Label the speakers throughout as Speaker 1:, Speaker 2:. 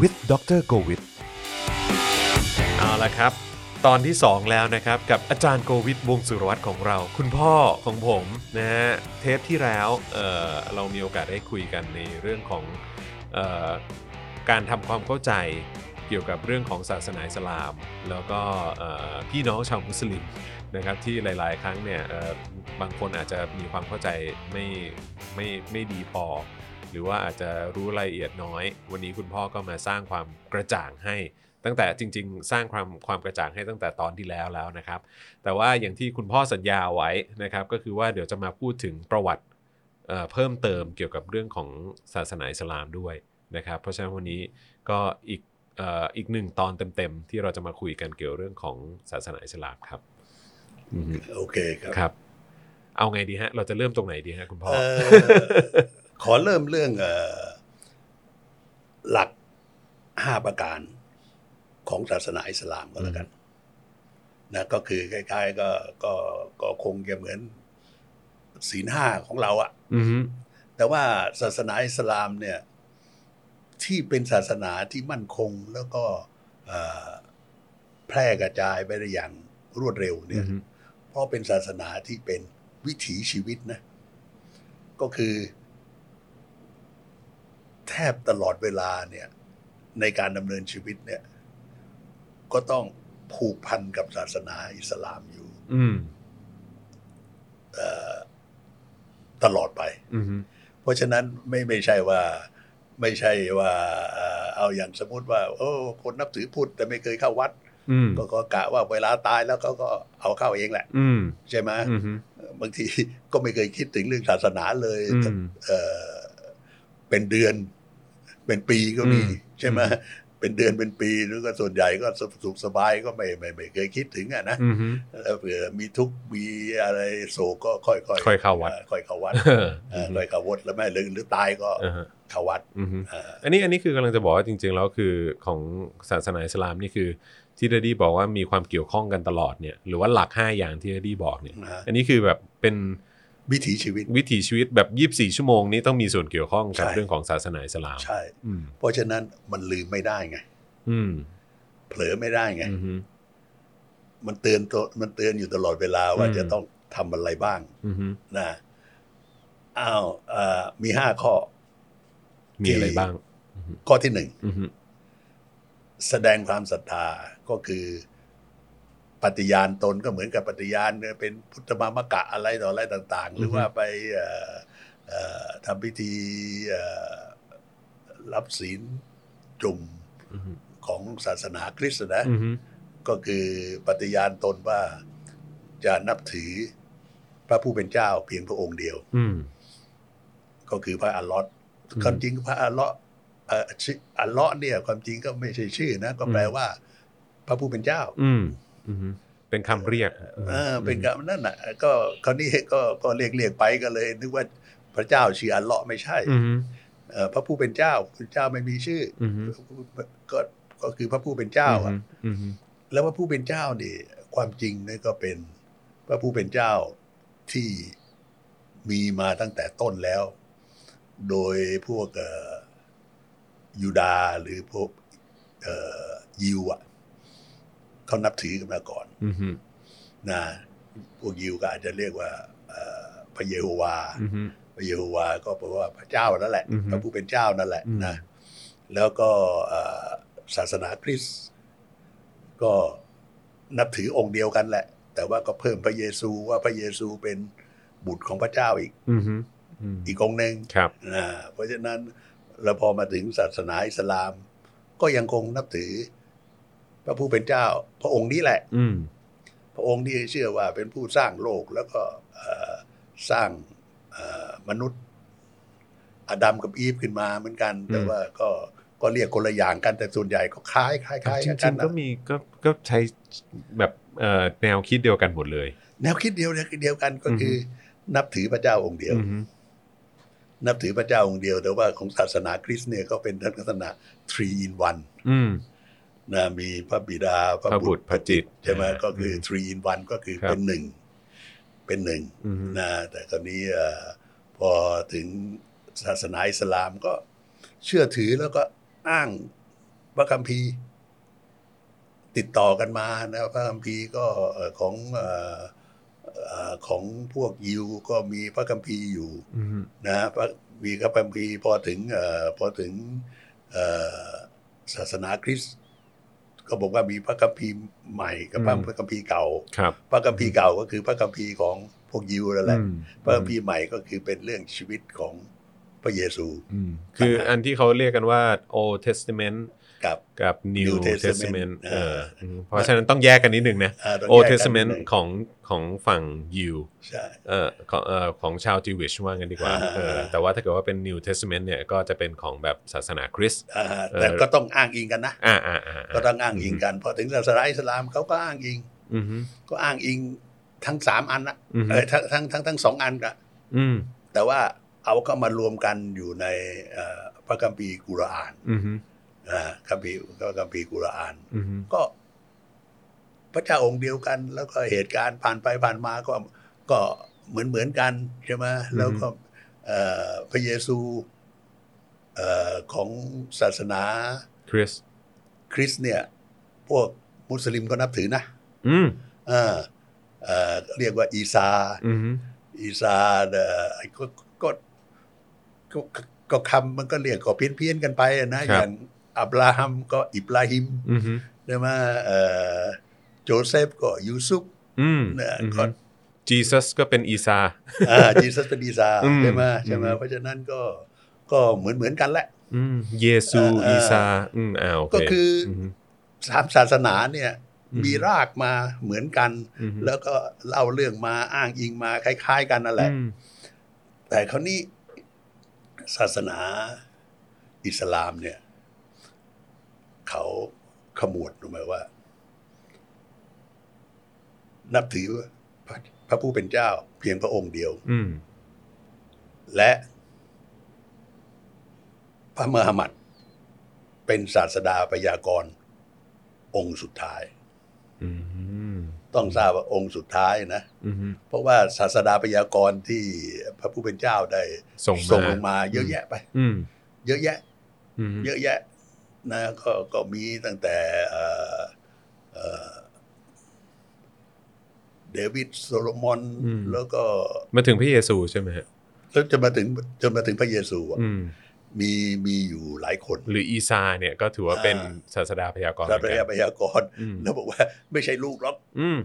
Speaker 1: with Dr. g o w i t
Speaker 2: เอาละครับ ตอนที่ 2 แล้วนะครับ กับอาจารย์โกวิทวงศ์สุรวัตรของเรา คุณพ่อของผมนะฮะเทปที่แล้วเอ่อเรามีโอกาสได้คุยกันในเรื่องของเอ่อการทำความเข้าใจเกี่ยวกับเรื่องของศาสนาอิสลาม แล้วก็เอ่อพี่น้องชาวมุสลิมนะครับที่หลาย ๆ ครั้งเนี่ยเอ่อบางคนอาจจะมีความเข้าใจไม่ไม่ไม่ดีพอ หรือว่าอาจจะรู้รายละเอียดน้อย วันนี้คุณพ่อก็มาสร้างความกระจ่างให้ ตั้งแต่จริง ๆ สร้างความความกระจ่างให้ตั้งแต่ตอนที่แล้วแล้วนะครับ แต่ว่าอย่างที่คุณพ่อสัญญาไว้นะครับ ก็คือว่าเดี๋ยวจะมาพูดถึงประวัติเอ่อเพิ่มเติมเกี่ยวกับเรื่องของศาสนาอิสลามด้วยนะครับ เพราะฉะนั้นวันนี้ก็อีกเอ่ออีกหนึ่งตอนเต็มๆที่เราจะมาคุยกันเกี่ยวเรื่องของศาสนาอิสลามครับอือฮึ
Speaker 3: โอเคครับ
Speaker 2: ครับ เอาไงดีฮะ เราจะเริ่มตรงไหนดีฮะคุณพ่อ
Speaker 3: เอ่อ ขอเริ่มเรื่องเอ่อหลักห้าประการของศาสนาอิสลามก็แล้วกันนะก็คือคล้ายๆ ก็ก็ก็คงจะเหมือนศีลห้าของเราอะ
Speaker 2: อือฮึ
Speaker 3: แต่ว่าศาสนาอิสลามเนี่ย ที่เป็นศาสนาที่มั่นคงแล้วก็เอ่อแพร่กระจายไปได้อย่างรวดเร็ว
Speaker 2: อื
Speaker 3: เนี่ย
Speaker 2: อฮึ
Speaker 3: เพราะเป็นศาสนาที่เป็นวิถีชีวิตนะ ก็คือ แทบตลอดเวลาเนี่ย ในการดำเนินชีวิตเนี่ย ก็ต้องผูกพันกับศาสนาอิสลามอยู่
Speaker 2: อืม
Speaker 3: เอ่อตลอดไป
Speaker 2: อือฮึ
Speaker 3: เพราะฉะนั้นไม่ไม่ใช่ว่า ไม่ใช่ว่าเอ่อเอาอย่างสมมติว่า โอ้ คนนับถือพุทธแต่ไม่เคยเข้าวัด
Speaker 2: อืม
Speaker 3: ก็ก็กะว่าเวลาตายแล้วเขาก็เอาเข้าเองแหละ
Speaker 2: อืม
Speaker 3: ใช่ไหม
Speaker 2: อือฮึ
Speaker 3: บางที ก็ไม่เคยคิดถึงเรื่องศาสนาเลย
Speaker 2: อืม
Speaker 3: เอ่อเป็นเดือน เป็นปีก็มี
Speaker 2: อืม
Speaker 3: ใช่ไหมเป็นเดือนเป็นปีหรือก็ส่วนใหญ่ก็สุขสบายก็ไม่ไม่ไม่เคยคิดถึงอะนะ
Speaker 2: อือฮึ
Speaker 3: แล้วเผื่อมีทุกข์มีอะไรโศกก็ค่อยๆ
Speaker 2: ค่อยเข้าวัด
Speaker 3: ค่อยเข้าวัด
Speaker 2: เออ
Speaker 3: เออค่อยเข้าวัดแล้วไม่หรือหรือตายก็
Speaker 2: อ่าฮะ
Speaker 3: เข้าวัด
Speaker 2: อือฮึ
Speaker 3: เอ่อ
Speaker 2: อันนี้อันนี้คือกำลังจะบอกว่าจริงๆแล้วคือของศาสนาอิสลามนี่คือ ที่เดดี้บอกว่ามีความเกี่ยวข้องกันตลอดเนี่ยหรือว่าหลัก 5 อย่างที่เดดี้บอกเนี่ย
Speaker 3: นะฮะ
Speaker 2: อันนี้คือแบบเป็น
Speaker 3: วิถีชีวิต
Speaker 2: วิถีชีวิตแบบ 24 ชั่วโมงนี้ต้องมีส่วนเกี่ยวข้องกับ
Speaker 3: ใช่
Speaker 2: เรื่องของศาสนาอิสลาม
Speaker 3: ใช่
Speaker 2: อืม
Speaker 3: เพราะฉะนั้นมันลืมไม่ได้ไง
Speaker 2: อืม
Speaker 3: เผลอไม่ได้ไง
Speaker 2: อืม
Speaker 3: มันเตือนตัวมันเตือนอยู่ตลอดเวลาว่า
Speaker 2: อืม
Speaker 3: จะต้องทำอะไรบ้าง
Speaker 2: อืม
Speaker 3: นะอ้าวเอ่อมีห้าข้อ
Speaker 2: มีอะไรบ้าง
Speaker 3: ข้อที่หนึ่ง
Speaker 2: อืม
Speaker 3: แสดงความศรัทธาก็คือปฏิญาณตนก็เหมือนกับปฏิญาณเนี่ยเป็นพุทธมามะกะอะไรต่ออะไรต่าง ๆ หรือว่าไปเอ่อเอ่อทำพิธีเอ่อรับศีลกลุ่ม
Speaker 2: อืม
Speaker 3: ของศาสนาคริสต์นะ
Speaker 2: อืม
Speaker 3: ก็คือปฏิญาณตนว่าจะนับถือพระผู้เป็นเจ้าเพียงพระองค์เดียว
Speaker 2: อืม
Speaker 3: ก็คือพระอัลเลอฮ์
Speaker 2: อืม
Speaker 3: ความจริงพระอัลเลอฮ์เอ่อชื่ออัลเลอฮ์เนี่ย ความจริงก็ไม่ใช่ชื่อนะ ก็แปล
Speaker 2: อืม
Speaker 3: ว่า พระผู้เป็นเจ้า
Speaker 2: อืมอืมเป็นคำเรียก
Speaker 3: เออเป็นกับนั่นน่ะ ก็คราวนี้ ก็ก็เรียกเรียกไปก็เลย นึกว่าพระเจ้าชื่ออัลเลอฮ์ไม่ใช่
Speaker 2: อืม
Speaker 3: เอ่อพระผู้เป็นเจ้าพระเจ้าไม่มีชื่อ
Speaker 2: อืม
Speaker 3: อก็ก็คือพระผู้เป็นเจ้าอะ
Speaker 2: อืม
Speaker 3: แล้วพระผู้เป็นเจ้านี่ความจริงเนี่ยก็เป็นพระผู้เป็นเจ้าที่มีมาตั้งแต่ต้นแล้ว โดยพวกเอ่อยูดาห์หรือพวกเอ่อยิวอ่ะเขานับถือกันมาก่อน
Speaker 2: อืมอืม
Speaker 3: นะพวกยิวก็อาจจะเรียกว่าเอ่อพระเยโฮวาห์
Speaker 2: อืม
Speaker 3: พระเยโฮวาห์ก็แปลว่าพระเจ้านั่นแหละ
Speaker 2: อือฮึ
Speaker 3: พระผู้เป็นเจ้านั่นแหละ
Speaker 2: อืม
Speaker 3: นะแล้วก็เอ่อศาสนาคริสต์ก็นับถือองค์เดียวกันแหละ แต่ว่าก็เพิ่มพระเยซูว่าพระเยซูเป็นบุตรของพระเจ้าอีก
Speaker 2: อืมอืม
Speaker 3: อีกองค์หนึ่ง
Speaker 2: ครับ
Speaker 3: อ่าเพราะฉะนั้นเราพอมาถึงศาสนาอิสลาม ก็ยังคงนับถือ พระผู้เป็นเจ้า พระองค์นี้แหละ
Speaker 2: อืม
Speaker 3: พระองค์ที่เชื่อว่าเป็นผู้สร้างโลกแล้วก็เอ่อสร้างเอ่อมนุษย์อดัมกับอีฟขึ้นมาเหมือนกัน
Speaker 2: อืม
Speaker 3: แต่ว่าก็ก็เรียกคนละอย่างกันแต่ส่วนใหญ่ก็คล้ายคล้ายคล้าย
Speaker 2: จริ
Speaker 3: กั
Speaker 2: ง
Speaker 3: น
Speaker 2: ๆ
Speaker 3: นะ
Speaker 2: ก็มีก็ก็ใช้แบบเอ่อแนวคิดเดียวกันหมดเลย
Speaker 3: แนวคิดเดียวเดียวกันก็คืออนับถือพระเจ้าองค์เดียว
Speaker 2: อือฮึ
Speaker 3: นับถือพระเจ้าองค์เดียว แต่ว่าของศาสนาคริสต์เนี่ยก็เป็นลักษณะ three in one
Speaker 2: อืม
Speaker 3: นะมีพระบิดา
Speaker 2: พระบุตรพระจิต
Speaker 3: ใช่ไหม
Speaker 2: อ่า
Speaker 3: ก็คือ
Speaker 2: อืม
Speaker 3: three in one ก็คือ
Speaker 2: ครับ
Speaker 3: เป็นหนึ่งเป็นหนึ่ง
Speaker 2: อือฮึ
Speaker 3: นะแต่คราวนี้เอ่อพอถึงศาสนาอิสลามก็เชื่อถือแล้วก็อ้าง พระคัมภีร์ ติดต่อกันมานะพระคัมภีร์ก็เอ่อของเอ่อเอ่อของพวกยิวก็มีพระคัมภีร์อยู่
Speaker 2: อืม
Speaker 3: นะพระมีพระคัมภีร์พอถึงเอ่อพอถึงเอ่อศาสนาคริสต์ก็บอกว่ามีพระคัมภีร์ใหม่กับพระพระคัมภีร์เก่า
Speaker 2: ครับ
Speaker 3: พระคัมภีร์เก่าก็คือพระคัมภีร์ของพวกยิวนั่นแหละ
Speaker 2: อืม
Speaker 3: พระคัมภีร์ใหม่ก็คือเป็นเรื่องชีวิตของพระเยซู
Speaker 2: อืมคืออันที่เขาเรียกกันว่า Old Testament
Speaker 3: กับ
Speaker 2: กับ New
Speaker 3: New Testament
Speaker 2: Testament เออ
Speaker 3: เออ
Speaker 2: เพราะฉะนั้นต้องแยกกันนิดนึงนะ
Speaker 3: เอ่อง
Speaker 2: Old
Speaker 3: แยกกัน
Speaker 2: Testament
Speaker 3: นิดหนึ่ง
Speaker 2: ของของฝั่งยิว
Speaker 3: ใช่
Speaker 2: เอ่อของเอ่อของชาวจิวิชว่างั้นดีกว่า
Speaker 3: อ่า
Speaker 2: เออแต่ว่าถ้าเกิดว่าเป็น New Testament เนี่ยก็จะเป็นของแบบศาสนาคริสต์
Speaker 3: อ่า
Speaker 2: เออ
Speaker 3: แต่ก็ต้องอ้างอิงกันนะ
Speaker 2: อ่าอ่าอ่า
Speaker 3: ก็ต้องอ้างอิงกันพอถึงศาสนาอิสลามเขาก็อ้างอิง
Speaker 2: อืมฮึ
Speaker 3: ก็อ้างอิงทั้งสามอันนะ
Speaker 2: อืม
Speaker 3: เอ
Speaker 2: ฮึ
Speaker 3: อทั้งทั้งทั้งทั้งสองอันกับ
Speaker 2: อืม
Speaker 3: แต่ว่าเอาก็มารวมกันอยู่ในเอ่อพระคัมภีร์กุรอาน
Speaker 2: อืมฮึ
Speaker 3: นะคัมภีร์พระคัมภีร์กุรอาน
Speaker 2: อืมฮึ
Speaker 3: ก็พระเจ้าองค์เดียวกัน แล้วก็เหตุการณ์ผ่านไปผ่านมาก็ก็เหมือนเหมือนกันใช่ไหมแล้วก็เอ่อพระเยซูเอ่อของศาสนา
Speaker 2: คริสต์
Speaker 3: คริสต์เนี่ย พวกมุสลิมก็นับถือนะ
Speaker 2: อืม
Speaker 3: เออเอ่อเรียกว่าอีซา
Speaker 2: อืมฮึ
Speaker 3: อีสานเอ่อไอ้ก็ก็ก็ก็ก็คำมันก็เรียกก็เพี้ยนเพี้ยนๆกันไปอะนะอย่างอับราฮัมก็อิบราฮิม
Speaker 2: อืมฮึ
Speaker 3: ใช่ไหมเอ่อโจเซฟก็ยูซุป
Speaker 2: อืม
Speaker 3: เนี่ย
Speaker 2: อืม
Speaker 3: ก็
Speaker 2: ฮึ Jesus ก็เป็นอีซา
Speaker 3: อ่าจีซัสเป็นอีสาน
Speaker 2: อืม
Speaker 3: ใช่ไหมใช่ไหม
Speaker 2: อืม
Speaker 3: เพราะฉะนั้นก็ก็เหมือนเหมือนกันแหละ
Speaker 2: อืมเยซู
Speaker 3: เอ่ออี
Speaker 2: อีซาอืมอ้าวโเ
Speaker 3: ก็คืออื
Speaker 2: มฮึ
Speaker 3: สามศาสนาเนี่ย
Speaker 2: อืม
Speaker 3: มีรากมาเหมือนกัน
Speaker 2: อืมฮึ
Speaker 3: แล้วก็เล่าเรื่องมาอ้างอิงมาคล้าย ๆ กันนั่นแหละ
Speaker 2: อืม
Speaker 3: แต่คราวนี้ศาสนาอิสลามเนี่ย เขาขมวดลงมาว่า นับถือพระพระผู้เป็นเจ้า เพียงพระองค์เดียว
Speaker 2: อืม
Speaker 3: และ พระมหามัด เป็นศาสดาพยากรณ์องค์สุดท้าย
Speaker 2: อืม
Speaker 3: ต้องทราบว่าองค์สุดท้ายนะ
Speaker 2: อืมฮึ
Speaker 3: เพราะว่าศาสดาพยากรณ์ที่พระผู้เป็นเจ้าได้
Speaker 2: ส่งมา
Speaker 3: ส่งลงมาเยอะแยะไป
Speaker 2: อืม
Speaker 3: เยอะแยะ
Speaker 2: อืมฮึ
Speaker 3: เยอะแยะนะก็ก็มีตั้งแต่เอ่อเอ่อเดวิดโซโลมอน แล้วก็
Speaker 2: มาถึงพระเยซูใช่ไหมฮะ
Speaker 3: แล้วจนมาถึงจนมาถึงพระเยซูอะ
Speaker 2: อืม
Speaker 3: มีมีอยู่หลายคน
Speaker 2: หรืออีซาเนี่ยก็ถือว่าเป็นศาสดาพยากรณ์เห
Speaker 3: รั
Speaker 2: มือน
Speaker 3: บพระ
Speaker 2: กัน
Speaker 3: พยากรณ์
Speaker 2: อืม
Speaker 3: แล้วบอกว่า ไม่ใช่ลูกหรอก
Speaker 2: อืม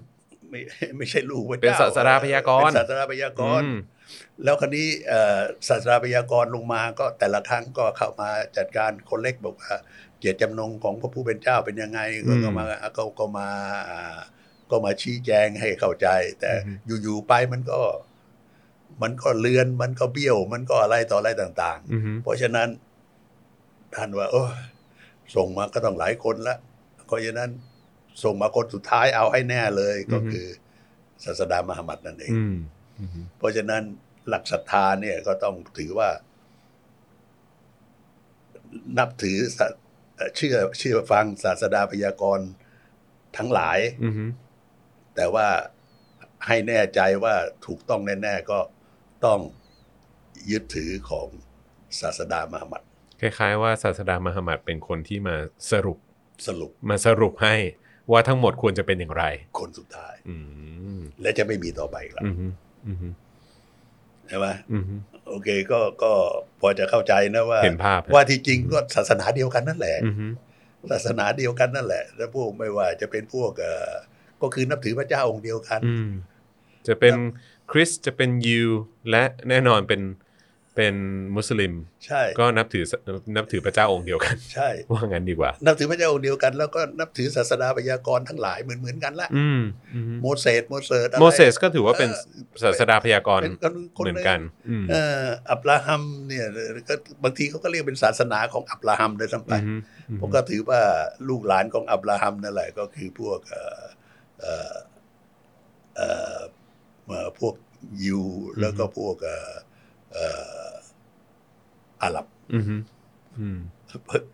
Speaker 3: ไม่ไม่ใช่ลูกพระ
Speaker 2: เป็น
Speaker 3: เจ้า
Speaker 2: ศาสดาพยากรณ์
Speaker 3: เป็นศาสดาพยากรณ์
Speaker 2: อืม
Speaker 3: แล้วคนนี้เอ่อศาสดาพยากรณ์ลงมาก็แต่ละครั้งก็เข้ามาจัดการคนเล็กบอกว่า เจตจำนงของพระผู้เป็นเจ้าเป็นยังไง
Speaker 2: อืม
Speaker 3: ก็มาก็ก็มาอ่าก็มาชี้แจงให้เข้าใจ แต่
Speaker 2: อือฮึ
Speaker 3: อยู่ๆไปมันก็ มันก็เลือนมันก็เบี้ยว มันก็อะไรต่ออะไรต่าง
Speaker 2: อืมฮึ
Speaker 3: ๆ เพราะฉะนั้น ท่านว่าโอ้ยส่งมาก็ต้องหลายคนละเพราะฉะนั้น ส่งมาคนสุดท้ายเอาให้แน่เลย ก็คือศาสดามหามัดนั่นเอง
Speaker 2: อืมอืมฮึ
Speaker 3: เพราะฉะนั้นหลักศรัทธาเนี่ยก็ต้องถือว่า นับถือศาเอ่อเชื่อเชื่อฟังศาสดาพยากรณ์ทั้งหลาย
Speaker 2: อือฮึ
Speaker 3: แต่ว่าให้แน่ใจว่าถูกต้องแน่ ๆ ก็ต้องยึดถือของศาสดามหามัด
Speaker 2: คล้ายๆว่าศาสดามหามัดเป็นคนที่มาสรุป
Speaker 3: สรุป
Speaker 2: มาสรุปให้ว่าทั้งหมดควรจะเป็นอย่างไร
Speaker 3: คนสุดท้าย
Speaker 2: อืม
Speaker 3: และจะไม่มีต่อไปอีกแล้ว
Speaker 2: อืมฮึอืมฮึ
Speaker 3: ใช่ไหม
Speaker 2: อืมฮึ
Speaker 3: โอเคก็ก็พอจะเข้าใจนะว่า
Speaker 2: เห็นภาพฮะ
Speaker 3: ว่าที่จริงก็ศาสนาเดียวกันนั่นแหละ
Speaker 2: อืมฮึ
Speaker 3: ศาสนาเดียวกันนั่นแหละ แล้วพวกไม่ว่าจะเป็นพวกเอ่อก็คือนับถือพระเจ้าองค์เดียวกัน
Speaker 2: อืมจะเป็นคริสต์จะเป็นยิวและแน่นอนเป็นเป็นมุสลิม
Speaker 3: ใช่
Speaker 2: ก็นับถือนับถือพระเจ้าองค์เดียวกัน
Speaker 3: ใช่
Speaker 2: ว่างั้นดีกว่า
Speaker 3: นับถือพระเจ้าองค์เดียวกัน แล้วก็นับถือศาสนาพยากรณ์ทั้งหลายเหมือนเหมือนกันละ
Speaker 2: อืมอืมฮึ
Speaker 3: โมเสสโมเสสอะไร
Speaker 2: โมเสสก็ถือว่าเป็นศาสดาพยากรณ์
Speaker 3: เป็นคนค
Speaker 2: เหมือน
Speaker 3: หง
Speaker 2: กัน อืม
Speaker 3: เอ่ออับราฮัมเนี่ยก็บางทีเขาก็เรียกเป็นศาสนาของอับราฮัมด้วยซ้ำไป
Speaker 2: อืมฮึอืม
Speaker 3: ผ
Speaker 2: ฮึ
Speaker 3: มก็ถือว่าลูกหลานของอับราฮัมนั่นแหละก็คือพวกเอ่อเอ่อเอ่อเอ่อพวกยูแล้วก็พวกเอ่อเอ่ออาหรับ
Speaker 2: อืมฮึอืม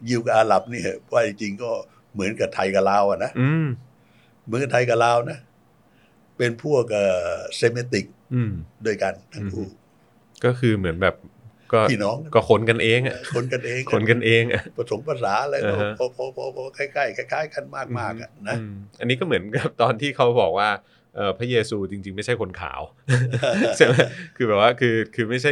Speaker 3: ยิวกับอาหรับเนี่ยว่าจริงๆก็เหมือนกับไทยกับลาวอะนะ
Speaker 2: อืม
Speaker 3: เหมือนกับไทยกับลาวนะ เป็นพวกเอ่อเซมิติก
Speaker 2: อืม
Speaker 3: ด้วยกันทั้งคู่
Speaker 2: ก็คือเหมือนแบบ ก็
Speaker 3: พี่น้อง
Speaker 2: ก็ขนกันเองอะ
Speaker 3: คนกันเอง
Speaker 2: ขนกันเองอะ
Speaker 3: ผสมภาษาอะไรก็
Speaker 2: อ่าฮะ
Speaker 3: พอพอพอพอใกล้ใกล้ๆคล้ายๆกันมากมากๆอะนะ
Speaker 2: อืมอันนี้ก็เหมือนกับตอนที่เขาบอกว่าเอ่อพระเยซูจริง ๆ ไม่ใช่คนขาว ใช่ไหมคือแบบว่าคือคือไม่ใช่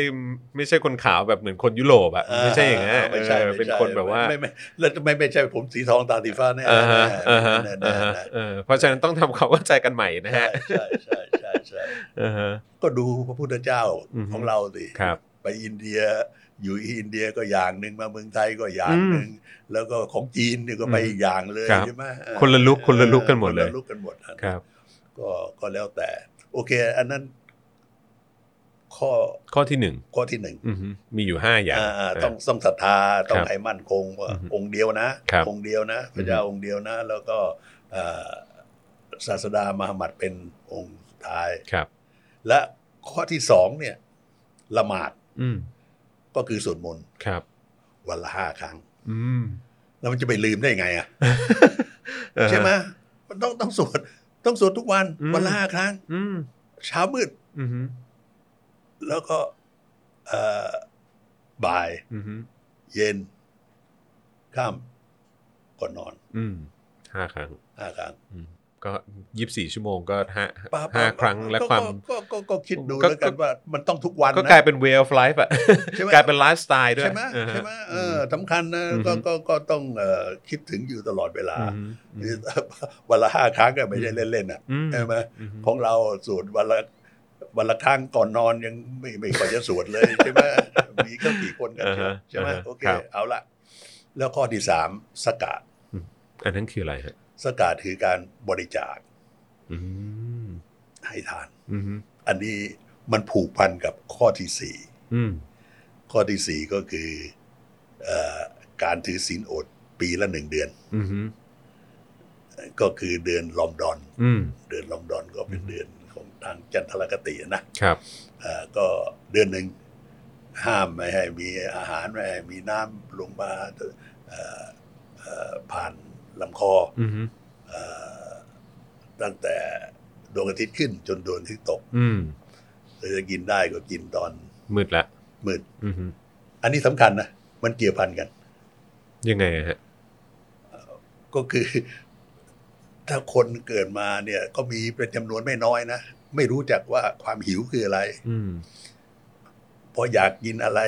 Speaker 2: ไม่ใช่คนขาวแบบเหมือนคนยุโรปอะไม่ใช่อย่างเงี้ย
Speaker 3: ไม่ใช่
Speaker 2: เออ
Speaker 3: ไม่ใช่
Speaker 2: เป็นคนแบบว่า
Speaker 3: ไม่ไม่แล้วทำไมไม่ใช่ผมสีทองตาสีฟ้าแน่
Speaker 2: อ่าฮะอ่าฮะ
Speaker 3: แน่
Speaker 2: อ่า
Speaker 3: แน่
Speaker 2: ฮะ
Speaker 3: แน่
Speaker 2: เออเพราะฉะนั้นต้องทำความเข้าใจกันใหม่นะ
Speaker 3: ใช่
Speaker 2: ฮะ
Speaker 3: ใช่ใช่ใช่ใช่
Speaker 2: อ่าฮะ
Speaker 3: ก็ดูพระพุทธเจ้า
Speaker 2: อือฮึ
Speaker 3: ของเราสิ
Speaker 2: ครับ
Speaker 3: ไปอินเดียอยู่อินเดียก็อย่างหนึ่งมาเมืองไทยก็อย่างหนึ่งแล้วก็ของจีนเนี่ยก็ไป
Speaker 2: อืม
Speaker 3: อีกอย่างเลย
Speaker 2: ครับ
Speaker 3: ใช่ไหมเออ
Speaker 2: คนละลุคคนละลุคกันหมดเลย
Speaker 3: คละลุกกันหมดนะครับ ก็ก็แล้วแต่ โอเค อันนั้น ข้อ
Speaker 2: ข้อที่หนึ่ง
Speaker 3: ข้อที่หนึ่ง
Speaker 2: อือฮึมีอยู่ห้าอย่าง
Speaker 3: อ่าต้องต้องศรัทธาต้องให้มั่นคงว่า
Speaker 2: อือฮึ
Speaker 3: องค์เดียวนะครับ องค์เดียวนะพระเจ้าองค์เดียวนะ แล้วก็อ่าศาสดามหามัดเป็นองค์สุดท้าย
Speaker 2: ครับ
Speaker 3: และข้อที่สองเนี่ย ละหมาด
Speaker 2: อืม
Speaker 3: ก็คือสวดมนต์
Speaker 2: ครับ
Speaker 3: วันละห้าครั้ง
Speaker 2: อืม
Speaker 3: แล้วมันจะไปลืมได้ไงอ่ะ
Speaker 2: อ่าฮะ
Speaker 3: ใช่ไหมมันต้องต้องสวดต้องสวดทุกวัน
Speaker 2: อืม
Speaker 3: วันละห้าครั้ง
Speaker 2: อืม
Speaker 3: เช้ามืด
Speaker 2: อือฮึ
Speaker 3: แล้วก็เอ่อบ่าย
Speaker 2: อือฮึ
Speaker 3: เย็นค่ำก่อนนอน
Speaker 2: อืมห้าครั้ง
Speaker 3: ห้าครั้ง
Speaker 2: อืมก็ยี่สิบสี่ชั่วโมงก็ห้า
Speaker 3: ป้าป้
Speaker 2: ห้าครั้งและ
Speaker 3: ก็
Speaker 2: ความ
Speaker 3: ก็ก็ก็ก็คิดดู
Speaker 2: ก็
Speaker 3: แล้วกั
Speaker 2: ก็
Speaker 3: นว่ามันต้องทุกวัน
Speaker 2: ก็
Speaker 3: นะ
Speaker 2: กลายเป็น way of life อะ
Speaker 3: ใช่ไหม
Speaker 2: กลายเป็นไลฟ์สไตล์ด้วย
Speaker 3: ใช่ไหม
Speaker 2: อ่าฮะ
Speaker 3: ใช่ไหมเออสำคัญนะ
Speaker 2: อืม
Speaker 3: ก็ก็ก็ต้องเอ่อคิดถึงอยู่ตลอดเวลา
Speaker 2: อือฮึอือฮึ
Speaker 3: วันละห้าครั้งก็ไม่ใช่เล่นๆอ่ะ
Speaker 2: อืม
Speaker 3: ใช่ไหม
Speaker 2: อือฮึ
Speaker 3: ของเราสวดวันละวันละครั้งก่อนนอนยังไม่ไม่ค่อยจะสวดเลย ใช่ไหม มีก็กี่คนกัน
Speaker 2: อ่าฮะ
Speaker 3: ใช่ไหม
Speaker 2: อ่าฮะ
Speaker 3: โอเค
Speaker 2: ครับ
Speaker 3: เอาละแล้วข้อที่สามสกาด
Speaker 2: อันนั้นคืออะไรฮะ
Speaker 3: สกาดคือการบริจาค
Speaker 2: อืม
Speaker 3: ให้ทาน
Speaker 2: อือฮึ
Speaker 3: อันนี้มันผูกพันกับข้อที่สี่
Speaker 2: อืม
Speaker 3: ข้อที่สี่ก็คือเออการถือศีลอดปีละหนึ่งเดือน
Speaker 2: อือฮึ
Speaker 3: ก็คือเดือนลอมดอน
Speaker 2: อืม
Speaker 3: เดือนลอมดอนก็เป็นเดือนของทางจันทรคตินะ
Speaker 2: ครับ
Speaker 3: เอ่อก็เดือนหนึ่งห้ามไม่ให้มีอาหารไม่ให้มีน้ำลงมาเอ่อเอ่อผ่านลำคอ
Speaker 2: อือฮึ
Speaker 3: เอ่อตั้งแต่ดวงอาทิตย์ขึ้นจนดวงอาทิตย์ตก
Speaker 2: อืม
Speaker 3: เราจะกินได้ก็กินตอน
Speaker 2: มืดละ
Speaker 3: มืด
Speaker 2: อือฮึ
Speaker 3: อันนี้สำคัญนะ มันเกี่ยวพันกัน
Speaker 2: ยังไงอะฮะ
Speaker 3: ก็คือ ถ้าคนเกิดมาเนี่ย ก็มีเป็นจำนวนไม่น้อยนะ ไม่รู้จักว่าความหิวคืออะไร
Speaker 2: อืม
Speaker 3: พออยากกินอะไร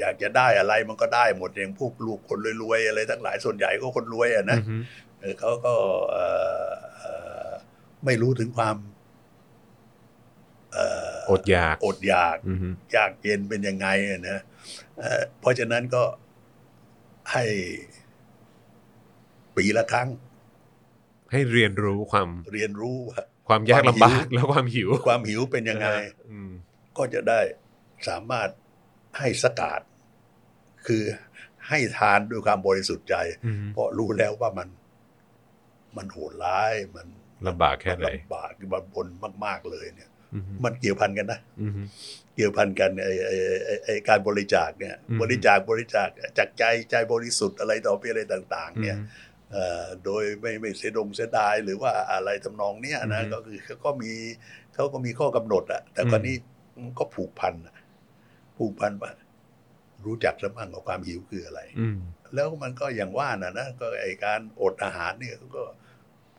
Speaker 3: อยากจะได้อะไรมันก็ได้หมดอย่างพวกลูกคนรวยๆอะไรทั้งหลายส่วนใหญ่ก็คนรวยอ่ะนะ
Speaker 2: อือฮึ
Speaker 3: เออเขาก็เอ่อเอ่อไม่รู้ถึงความเอ่อ
Speaker 2: อดอยาก
Speaker 3: อดอยาก
Speaker 2: อือฮึ
Speaker 3: ยากเย็นเป็นยังไงอะนะเอ่อเพราะฉะนั้นก็ให้ปีละครั้ง
Speaker 2: ให้เรียนรู้ความ
Speaker 3: เรียนรู้ว่า
Speaker 2: ความยาก
Speaker 3: ความหิว
Speaker 2: ลำบากและความหิว
Speaker 3: ความหิวเป็นยังไง
Speaker 2: อืม
Speaker 3: ก็จะได้สามารถให้สกาดคือให้ทานด้วยความบริสุทธิ์ใจ
Speaker 2: อือฮึ
Speaker 3: เพราะรู้แล้วว่ามัน มันโหดร้ายมัน
Speaker 2: ลำบากแค่ไหน
Speaker 3: ลำบากมันบนมาก ๆ เลยเนี่ย
Speaker 2: อือฮึ
Speaker 3: มันเกี่ยวพันกันนะ
Speaker 2: อือฮึ
Speaker 3: เกี่ยวพันกันไอ้ไอ้ไอ้ไอ้การบริจาคเนี่ย
Speaker 2: อืม
Speaker 3: บริจาคบริจาคจากใจใจบริสุทธิ์อะไรต่อไปอะไรต่าง ๆ เนี่ยเอ่อโดยไม่ไม่เสียดงเสียดายหรือว่าอะไรทำนองเนี้ยนะ
Speaker 2: อืม
Speaker 3: ก็คือเขาก็มีเขาก็มีข้อกำหนดอะแต่
Speaker 2: อืม
Speaker 3: คนนี้ก็ผูกพันอะผูกพันว่ารู้จักสมั่งกับความหิวคืออะไร
Speaker 2: อืม
Speaker 3: แล้วมันก็อย่างว่านะนะก็ไอการอดอาหารเนี่ยก็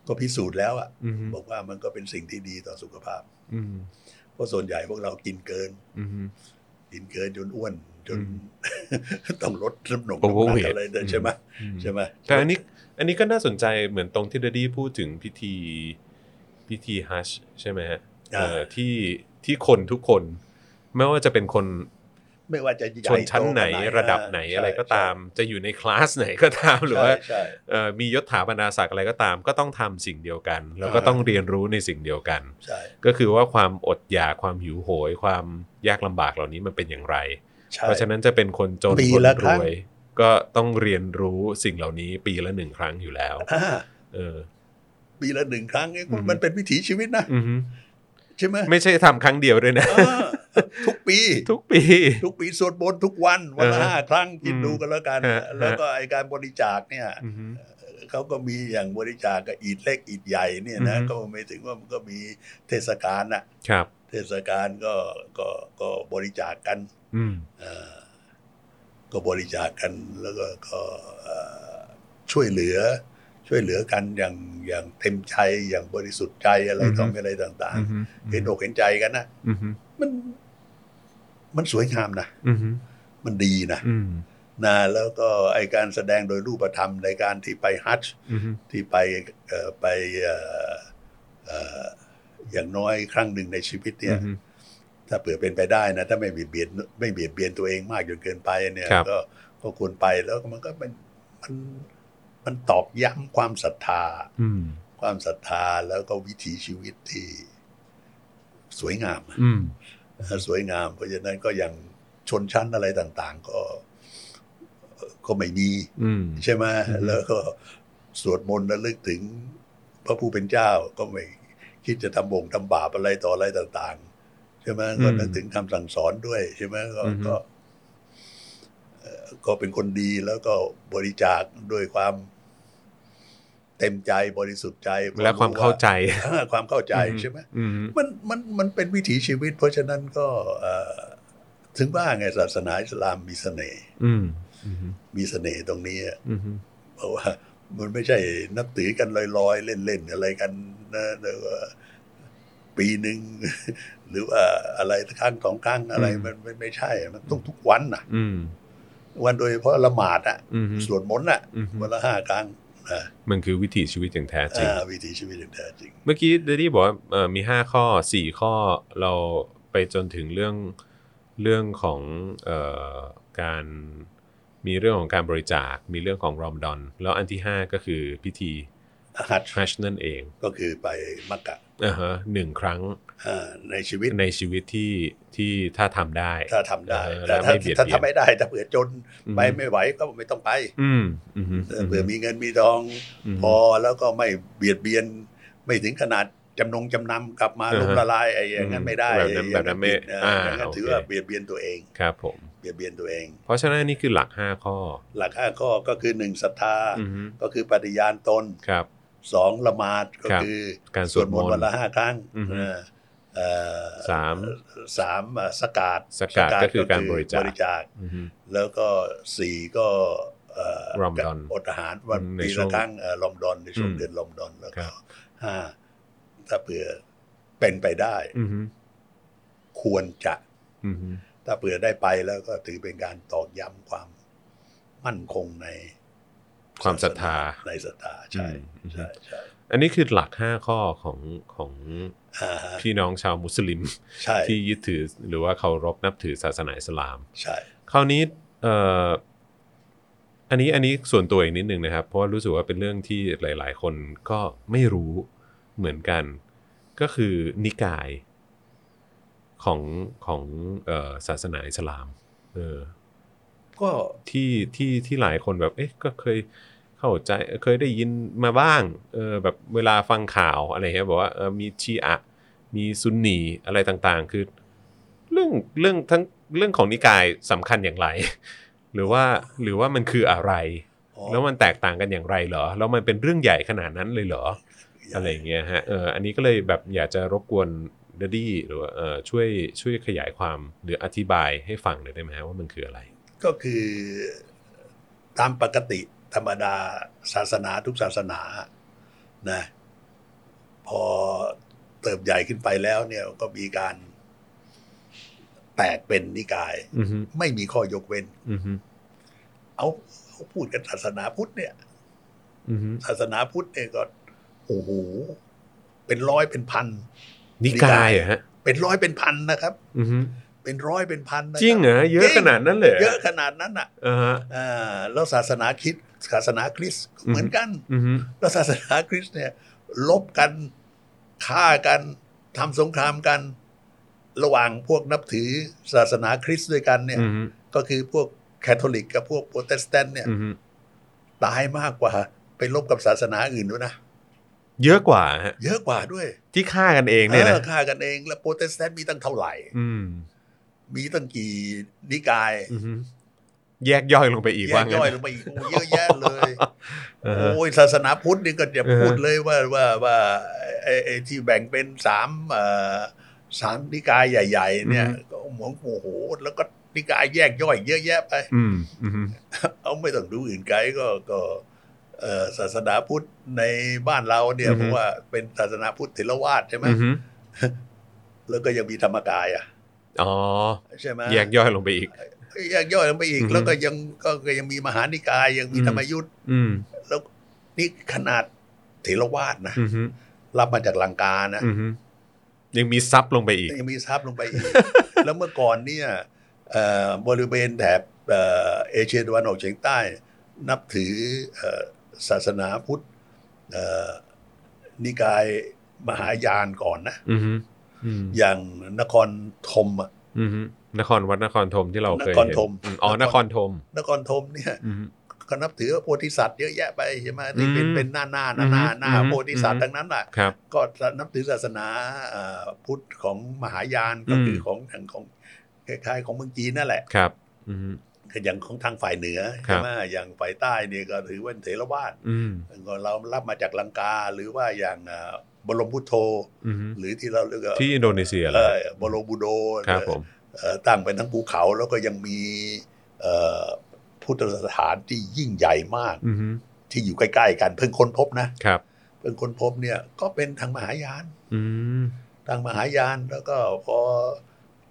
Speaker 3: ก็พิสูจน์แล้วอะ
Speaker 2: อือฮึ
Speaker 3: บอกว่ามันก็เป็นสิ่งที่ดีต่อสุขภาพ
Speaker 2: อืม
Speaker 3: เพราะส่วนใหญ่พวกเรากินเกิน
Speaker 2: อือฮึ
Speaker 3: กินเกินจนอ้วนจน
Speaker 2: อื
Speaker 3: ต้องลดน้ำหนัก
Speaker 2: Overweight
Speaker 3: อะไรเนี่ยใช่ไหม
Speaker 2: อืม
Speaker 3: ใช่ไหม
Speaker 2: แต่อันนี้อันนี้ก็น่าสนใจเหมือนตรงที่ดดี้พูดถึงพิธีพิธีฮัชใช่ไหมฮะเอ่อที่ที่คนทุกคน ไม่ว่าจะเป็นคน
Speaker 3: ไม่ว่าจะใหญ่
Speaker 2: ชนชั้นไหน
Speaker 3: โตขา
Speaker 2: ระดับไหน
Speaker 3: ใช่
Speaker 2: อะไรก็ตาม จะอยู่ในคลาสไหนก็ตาม
Speaker 3: ใช่
Speaker 2: หรือว่า
Speaker 3: ใช่
Speaker 2: เอ่อมียศถาบรรดาศักดิ์อะไรก็ตาม ก็ต้องทำสิ่งเดียวกัน แล้วก็
Speaker 3: อ่า
Speaker 2: ต้องเรียนรู้ในสิ่งเดียวกัน
Speaker 3: ใช่
Speaker 2: ก็คือว่าความอดอยากความหิวโหย ความยากลำบากเหล่านี้มันเป็นอย่างไร
Speaker 3: ใช่
Speaker 2: เพราะฉะนั้นจะเป็นคนจน
Speaker 3: ปี
Speaker 2: คน
Speaker 3: ละ
Speaker 2: ร
Speaker 3: ครั้ง
Speaker 2: วย ก็ต้องเรียนรู้สิ่งเหล่านี้ปีละหนึ่งครั้งอยู่แล้ว
Speaker 3: อ่า
Speaker 2: เออ
Speaker 3: ปีละหนึ่งครั้งเนี่ย
Speaker 2: อืม
Speaker 3: มันเป็นวิถีชีวิตนะ
Speaker 2: อือฮึ
Speaker 3: ใช่ไหม
Speaker 2: ไม่ใช่ทำครั้งเดียวด้วยนะ
Speaker 3: เออทุกปี
Speaker 2: ทุกปี
Speaker 3: ทุกปีสวดมนต์ทุกวันวันละ
Speaker 2: เออ
Speaker 3: ห้าครั้งกิน
Speaker 2: อืม
Speaker 3: ดูกันแล้วกัน
Speaker 2: ฮะ
Speaker 3: แล้วก็ไอการบริจาคเนี่ย
Speaker 2: อือฮึ
Speaker 3: เขาก็มีอย่างบริจาคกับอีดเล็กอีดใหญ่เนี่ยนะ
Speaker 2: อืม
Speaker 3: ก็ไม่ถึงว่ามันก็มีเทศกาลน่ะ
Speaker 2: ครับ
Speaker 3: เทศกาลก็ก็ก็บริจาคกัน
Speaker 2: อืม
Speaker 3: เอ่อ ก็บริจาคกันแล้วก็ก็เอ่อช่วยเหลือ ช่วยเหลือกันอย่างอย่างเต็มใจอย่างบริสุทธิ์ใจอะไร
Speaker 2: อือฮึ
Speaker 3: ต่ออะไรต่าง
Speaker 2: อือฮึ
Speaker 3: ๆ เห็นอกเห็นใจกันนะ
Speaker 2: อือฮึ
Speaker 3: มันมันสวยงามนะ
Speaker 2: อือฮึ
Speaker 3: มันดีนะ
Speaker 2: อืม
Speaker 3: นะแล้วก็ไอการแสดงโดยรูปธรรมในการที่ไปฮัจญ์
Speaker 2: อือฮึ
Speaker 3: ที่ไปเอ่อไปเอ่อเอ่ออย่างน้อยครั้งหนึ่งในชีวิตเนี่ย
Speaker 2: อือฮึ
Speaker 3: ถ้าเผื่อเป็นไปได้นะ ถ้าไม่เบียดเบียนไม่เบียดเบียนตัวเองมากจนเกินไปเนี่ย
Speaker 2: ครับ
Speaker 3: ก็ก็ควรไปแล้วก็มันก็เป็นมันมันตอกย้ำความศรัทธา
Speaker 2: อืม
Speaker 3: ความศรัทธาแล้วก็วิถีชีวิตที่สวยงามอะ
Speaker 2: อืม
Speaker 3: สวยงาม เพราะฉะนั้นก็อย่างชนชั้นอะไรต่าง ๆ ก็ก็ไม่มี
Speaker 2: อืม
Speaker 3: ใช่ไหม
Speaker 2: อือฮึ
Speaker 3: แล้วก็สวดมนต์ระลึกถึงพระผู้เป็นเจ้าก็ไม่คิดจะทำบงทำบาปอะไรต่ออะไรต่างๆ ใช่ไหมก็นึกถึงคำสั่งสอนด้วย ใช่ไหมก็ก็เอ่อก็เป็นคนดีแล้วก็บริจาคด้วยความเต็มใจบริสุทธิ์ใจ
Speaker 2: และความเข้าใจ
Speaker 3: เออ ความเข้าใจใช่ไหม
Speaker 2: อืม
Speaker 3: มันมันมันเป็นวิถีชีวิต เพราะฉะนั้นก็เอ่อถึงว่าไงศาสนาอิสลามมีเสน่ห์
Speaker 2: อืมอืม
Speaker 3: มีเสน่ห์ตรงนี้อะ
Speaker 2: อืม
Speaker 3: เพราะว่ามันไม่ใช่นับถือกันลอยๆ เล่นๆ อะไรกันนะแต่ว่าปีหนึ่ง หรือว่าอะไรครั้งสองครั้งอะไร
Speaker 2: อืม
Speaker 3: มันมันไม่ใช่ มันต้องทุกวันนะ
Speaker 2: อืม
Speaker 3: วันโดยเฉพาะละหมาดอะ
Speaker 2: อืม
Speaker 3: สวดมนต์อะ
Speaker 2: อืม
Speaker 3: วันละห้าครั้งนะ
Speaker 2: มันคือวิถีชีวิตอย่างแท้จริง
Speaker 3: อ่าวิถีชีวิตอย่างแท้จริง
Speaker 2: เมื่อกี้เดดี้บอกว่าเอ่อมี 5 ข้อ 4 ข้อเราไปจนถึงเรื่องเรื่องของเออการมีเรื่องของการบริจาค มีเรื่องของรอมดอน แล้วอันที่ 5 ก็คือพิธี
Speaker 3: หัด
Speaker 2: ฮัชนั่นเอง
Speaker 3: ก็คือไปมักกะ
Speaker 2: อ่าฮะหนึ่งครั้ง
Speaker 3: อ่าในชีวิต
Speaker 2: ในชีวิตที่ที่ถ้าทำได้
Speaker 3: ถ้าทำได้
Speaker 2: เออ
Speaker 3: แต่
Speaker 2: และ
Speaker 3: ถ้า
Speaker 2: ไม่เบียด
Speaker 3: ถ้า
Speaker 2: เบียน
Speaker 3: ทำไม่ได้ถ้าเผื่อจน
Speaker 2: อื
Speaker 3: ไปไม่ไหวก็ไม่ต้องไป
Speaker 2: อืมอืมอืม
Speaker 3: แต่เผื่อมีเงินมีทอง
Speaker 2: ม
Speaker 3: พอแล้วก็ไม่เบียดเบียนไม่ถึงขนาดจำนงจำนำกลับมา
Speaker 2: อ่าฮะ
Speaker 3: ล้มละลายไอ้อย่างนั้น
Speaker 2: อืม
Speaker 3: ไม่ได้
Speaker 2: แบบนั้นแบบนั้นไม่
Speaker 3: ผิดะ
Speaker 2: อ่า
Speaker 3: อย่างนั้น
Speaker 2: โอเค
Speaker 3: ถือว่าเบียดเบียนตัวเอง
Speaker 2: ครับผม
Speaker 3: เบียดเบียนตัวเอง
Speaker 2: เพราะฉะนั้นนี่คือหลัก 5 ข้อ
Speaker 3: หลักห้าข้อก็คือหนึ่งศรัทธา
Speaker 2: อืมฮึ
Speaker 3: ก็คือปฏิญาณตน
Speaker 2: ครับ
Speaker 3: สองละหมาดก็
Speaker 2: ครับ
Speaker 3: คือ
Speaker 2: การส
Speaker 3: ส
Speaker 2: ว
Speaker 3: ว
Speaker 2: ด
Speaker 3: ด
Speaker 2: ม
Speaker 3: ม
Speaker 2: น
Speaker 3: น
Speaker 2: ต์
Speaker 3: ต์วันละห้าครั้ง
Speaker 2: อือฮึ
Speaker 3: เออเอ่อ
Speaker 2: สาม
Speaker 3: สามอ่ะสกาด
Speaker 2: สกาดก็คือการบริจาค
Speaker 3: ค
Speaker 2: อืมฮึ
Speaker 3: แล้วก็สี่ก็เอ่
Speaker 2: รอมฎอน
Speaker 3: อดอาหารวัน
Speaker 2: ใน
Speaker 3: ปี
Speaker 2: ช่ว
Speaker 3: ละ
Speaker 2: ง
Speaker 3: ครั้งเอ่อรอมฎอนในช่วง
Speaker 2: อืม
Speaker 3: เดือนรอมฎอนแล้ว
Speaker 2: ครั
Speaker 3: ก็
Speaker 2: บ
Speaker 3: ห้าถ้าเผื่อเป็นไปได้
Speaker 2: อืมฮึ
Speaker 3: ควรจะ
Speaker 2: อืมฮึ
Speaker 3: ถ้าเผื่อได้ไปแล้วก็ถือเป็นการตอกย้ำความมั่นคงใน
Speaker 2: ความศรัทธา
Speaker 3: ในศรัทธาใช่
Speaker 2: อืม
Speaker 3: ใช่ใช่
Speaker 2: อันนี้คือหลัก 5 ข้อของของ
Speaker 3: อ่าฮะ
Speaker 2: พี่น้องชาวมุสลิม
Speaker 3: ใช่
Speaker 2: ที่ยึดถือหรือว่าเคารพนับถือศาสนาอิสลาม
Speaker 3: ใช่
Speaker 2: คราวนี้เอ่ออันนี้อันนี้ส่วนตัวอีกนิดนึงนะครับ เพราะว่ารู้สึกว่าเป็นเรื่องที่หลาย ๆ คนก็ไม่รู้เหมือนกัน ก็คือนิกายของของเอ่อศาสนาอิสลามเออ
Speaker 3: ก็
Speaker 2: ที่ที่ที่หลายคนแบบ เอ๊ะ ก็เคยเข้าใจ เคยได้ยินมาบ้าง เออ แบบเวลาฟังข่าวอะไรเงี้ยบอกว่าเออมีชีอะ มีซุนนีอะไรต่างๆ คือ เรื่องเรื่องทั้งเรื่องของนิกายสำคัญอย่างไร หรือว่าหรือว่ามันคืออะไร
Speaker 3: อ๋อ
Speaker 2: แล้วมันแตกต่างกันอย่างไรเหรอ แล้วมันเป็นเรื่องใหญ่ขนาดนั้นเลยเหรอ
Speaker 3: อย่าง
Speaker 2: อะไรอย่างเงี้ยฮะ เออ อันนี้ก็เลยแบบอยากจะรบกวนดดี้หรือว่าเออช่วยช่วยขยายความหรืออธิบายให้ฟังหน่อยได้ไหมฮะว่ามันคืออะไร
Speaker 3: ก็คือตามปกติธรรมดาศาสนาทุกศาสนานะ พอเติบใหญ่ขึ้นไปแล้วเนี่ยก็มีการ แตกเป็นนิกาย
Speaker 2: อือฮึ
Speaker 3: ไม่มีข้อยกเว้น
Speaker 2: อือฮึ
Speaker 3: เอาเอาพูดกันศาสนาพุทธเนี่ย
Speaker 2: อือฮึ
Speaker 3: ศาสนาพุทธเนี่ยก็โอ้โหเป็นร้อยเป็นพัน
Speaker 2: นิกายเหรอฮะ
Speaker 3: เป็นร้อยเป็นพันนะครับ
Speaker 2: อือฮึ
Speaker 3: เป็นร้อยเป็นพันนะคบ
Speaker 2: จริงเหรอเยอะขนาดนั้นเลยหร
Speaker 3: เยอะขนาดนั้นอ่ะ
Speaker 2: อ่าฮะ
Speaker 3: อ่าแล้วศาสนาคริดศาสนาคริสต์ก็
Speaker 2: อืม
Speaker 3: เหมือนกัน
Speaker 2: อือฮึ
Speaker 3: แล้วศาสนาคริสต์เนี่ย ลบกันฆ่ากันทำสงครามกัน ระหว่างพวกนับถือศาสนาคริสต์ด้วยกันเนี่ย
Speaker 2: อือฮึ
Speaker 3: ก็คือพวกแคทอลิกกับพวกโปรเตสแตนต์เนี่ย
Speaker 2: อือฮึ
Speaker 3: ตายมากกว่า ไปลบกับศาสนาอื่นด้วยนะ
Speaker 2: เยอะกว่าฮะ
Speaker 3: เยอะกว่าด้วย
Speaker 2: ที่ฆ่ากันเองเนี่ย
Speaker 3: เอ
Speaker 2: นะ
Speaker 3: อฆ่ากันเองแล้วโปรเตสแตนต์มีตั้งเท่าไหร่
Speaker 2: อืม
Speaker 3: มีตั้งกี่นิกาย
Speaker 2: อือฮึแยกย่อยลงไปอีก
Speaker 3: แย
Speaker 2: ว่าก งั้น
Speaker 3: ย่อยลงไปอีกโอ้เยอะแยะเลย
Speaker 2: อ่าฮะ
Speaker 3: โอ้ยศาสนาพุทธนี่ก็จะ
Speaker 2: อ่าฮะ
Speaker 3: พูดเลยว่าว่าว่าไอ้ไอ้ที่แบ่งเป็นสามเอ่อสามนิกายใหญ่ ๆ เนี่ยก็โอ้โหแล้วก็ นิกายแยกย่อยเยอะแยะไป
Speaker 2: อืมอืมฮึ
Speaker 3: เอาไม่ต้องดูอื่นไกลก็ก็เอ่อศาสนาพุทธในบ้านเราเนี่ยผมว่าเป็นศาสนาพุทธเถรวาทใช่ไหม
Speaker 2: อืมฮึ
Speaker 3: แล้วก็ยังมีธรรมกายอ่ะ
Speaker 2: อ๋อ
Speaker 3: ใช่ไหม
Speaker 2: แยกย่อยลงไปอีก
Speaker 3: แยกย่อยลงไปอีก
Speaker 2: อือฮึ
Speaker 3: แล้วก็ยังก็ก็ยังมีมหานิกายยังมี
Speaker 2: อืม
Speaker 3: ธรรมยุทธ
Speaker 2: อืม
Speaker 3: แล้วนี่ขนาดเถรวาทนะ
Speaker 2: อืมฮึ
Speaker 3: รับมาจากลังกานะ
Speaker 2: อืมฮึยังมีซับลงไปอีก
Speaker 3: ยังมีทับลงไปอีก แล้วเมื่อก่อนเนี่ยเอ่อบริเวณแถบเอ่อเอเชียตะวันออกเฉียงใต้ นับถือเอ่อศาสนาพุทธเอ่อนิกายมหายานก่อนนะ
Speaker 2: อืมฮึอืม
Speaker 3: อย่างนครธมอะ
Speaker 2: อืมฮึนครวัดนครธมที่เราเคย
Speaker 3: นคร
Speaker 2: เห็น
Speaker 3: ธม
Speaker 2: อือ๋อนครธม
Speaker 3: นครธมเนี่ย
Speaker 2: อืมฮึ
Speaker 3: ก็นับถือโพธิสัตว์เยอะแยะไปใช่ไหมที่เป็น
Speaker 2: อืม
Speaker 3: เป็นหน้าหน้าหน้าหน้าหน้า
Speaker 2: อืม
Speaker 3: โพธิสัต
Speaker 2: อืม
Speaker 3: ว์ทั้งนั้นแหละ
Speaker 2: ครับ
Speaker 3: ก็นับถือศาสนาเอ่อพุทธของมหายานก็คืออ
Speaker 2: ม
Speaker 3: ของของของคล้ายๆของเมืองจีนนั่นแหละ
Speaker 2: ครับ อืมฮึ
Speaker 3: ก็อย่างของทางฝ่ายเหนือ
Speaker 2: ครั
Speaker 3: ใช่
Speaker 2: บ
Speaker 3: ไหมอย่างฝ่ายใต้เนี่ยก็ถือว่าเป็นเถรวาท
Speaker 2: อืม
Speaker 3: ก็เรารับมาจากลังกาหรือว่าอย่างอ่าบรมพุทโธ
Speaker 2: อืมฮึ
Speaker 3: หรือที่เราเรียกว่า
Speaker 2: ที่อินโดนีเซียเหร
Speaker 3: เอ่
Speaker 2: อ
Speaker 3: อบรมบูโด
Speaker 2: ครับผม
Speaker 3: เอ่อตั้งเป็นทั้งภูเขาแล้วก็ยังมีเอ่อพุทธสถานที่ยิ่งใหญ่มาก
Speaker 2: อืมฮึ
Speaker 3: ที่อยู่ใกล้ๆกันเพิ่งค้นพบนะครับ เพิ่งค้นพบเนี่ยก็เป็นทางมหายาน
Speaker 2: อืม
Speaker 3: ทางมหายานแล้วก็พอ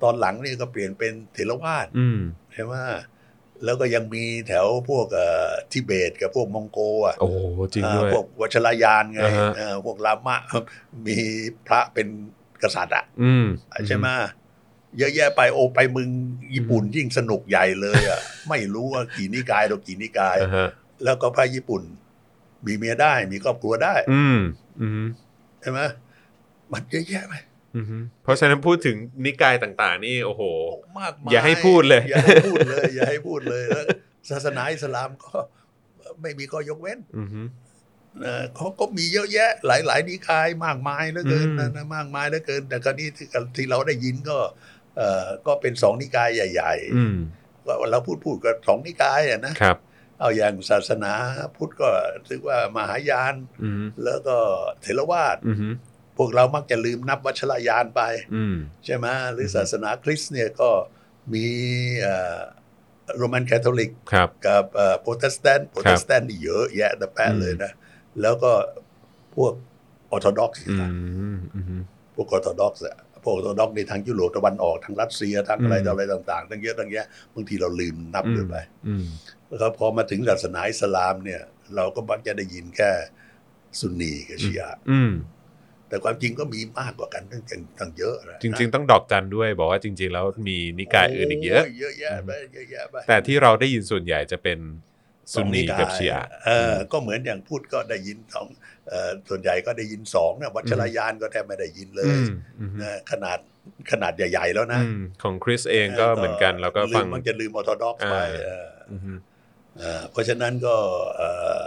Speaker 3: ตอนหลังนี่ก็เปลี่ยนเป็นเถรวาท
Speaker 2: อืม
Speaker 3: ใช่ไหมแล้วก็ยังมีแถวพวกเอ่อทิเบตกับพวกมองโกอ่ะ
Speaker 2: โอ้โหจริงด้วย
Speaker 3: เอ่อพวกวัชรายานไง
Speaker 2: อ่าฮะ
Speaker 3: เอ่อพวกลามะ มีพระเป็นกษัตริย์อ่ะ
Speaker 2: อืม
Speaker 3: ใช่ไหมเยอะแยะไปโอไปมึงญี่ปุ่นยิ่งสนุกใหญ่เลยอ่ะ ไม่รู้ว่ากี่นิกายหรือกี่นิกาย
Speaker 2: อ่าฮะ
Speaker 3: แล้วก็พระญี่ปุ่น มีเมียได้มีครอบครัวได้
Speaker 2: อืมอืม
Speaker 3: ใช่ไหมมันเยอะแยะไป
Speaker 2: อืมเพราะฉะนั้นพูดถึงนิกายต่างๆ นี่โอ้โห
Speaker 3: โอ้มากมาย
Speaker 2: อย่าให้พูดเลย
Speaker 3: อย่าให้พูดเลย อย่าให้พูดเลยแล้วศาสนาอิสลามก็ไม่มีข้อยกเว้น
Speaker 2: อืม
Speaker 3: เอ่อเขาก็มีเยอะแยะหลาย ๆ นิกายมากมายเหลือเกินนะนะมากมายเหลือเกิน แต่ก็นี่ที่ที่เราได้ยินก็เอ่อก็เป็นสองนิกายใหญ่
Speaker 2: อืม
Speaker 3: ๆว่าเราพูดพูดกับสองนิกายอะนะครับ เอาอย่างศาสนาพุทธก็ถือว่ามหายาน
Speaker 2: อืม
Speaker 3: แล้วก็เถรวาท
Speaker 2: อืม
Speaker 3: พวกเรามักจะลืมนับวัชรยานไป
Speaker 2: อืม
Speaker 3: ใช่ไหมหรือ
Speaker 2: อือฮึ
Speaker 3: ศาสนาคริสต์เนี่ยก็มีโรมันคาทอลิก
Speaker 2: ครับ
Speaker 3: กับโปรเตสแตนต์โปรเตสแตนต์นี่เยอะแยะแต่แปะ
Speaker 2: อืม
Speaker 3: เลยนะ แล้วก็พวกออร์ h ธดอกซ์
Speaker 2: อืมอืม
Speaker 3: พวกออร์โธดอกซ์พวกออร์โธดอกซ์ในทางยุโรปตะวันออกทางรัสเซียทางอะไร
Speaker 2: อืม
Speaker 3: ต่ออะไรต่างๆตั้งเยอะตั้งแยะบางทีเราลืมนับเลยไป
Speaker 2: อืม
Speaker 3: แล้วก็พอมาถึงศาสนาอิสลามเนี่ย เราก็มักจะได้ยินแค่ซุนนีกับชียะห์
Speaker 2: อืม
Speaker 3: แต่ความจริงก็มีมากกว่ากันตั้งตั้งเยอะนะ
Speaker 2: จริง ๆ ต้องดอกจันด้วย บอกว่าจริง ๆ แล้วมีนิกายอื่นอีกเยอะ
Speaker 3: โเยอะแยะไปเยอะแยะไป
Speaker 2: แต่ที่เราได้ยินส่วนใหญ่จะเป็นซุนนีกับชีอะห์
Speaker 3: เออก็เหมือนอย่างพูดก็ได้ยินสองเอ่อส่วนใหญ่ก็ได้ยินสองนะวัชรยานก็แทบไม่ได้ยินเล
Speaker 2: อื
Speaker 3: ย
Speaker 2: มอืม
Speaker 3: นะขนาดขนาดใหญ่ ๆ แล้วนะ
Speaker 2: อืมของคริสเองก็เหมือนกันแล้วก็
Speaker 3: ลืม
Speaker 2: ฟัง
Speaker 3: มันจะลืมออร์โธดอกไป
Speaker 2: อ่า
Speaker 3: เออ
Speaker 2: อืม
Speaker 3: เออเพราะฉะนั้นก็เอ่อ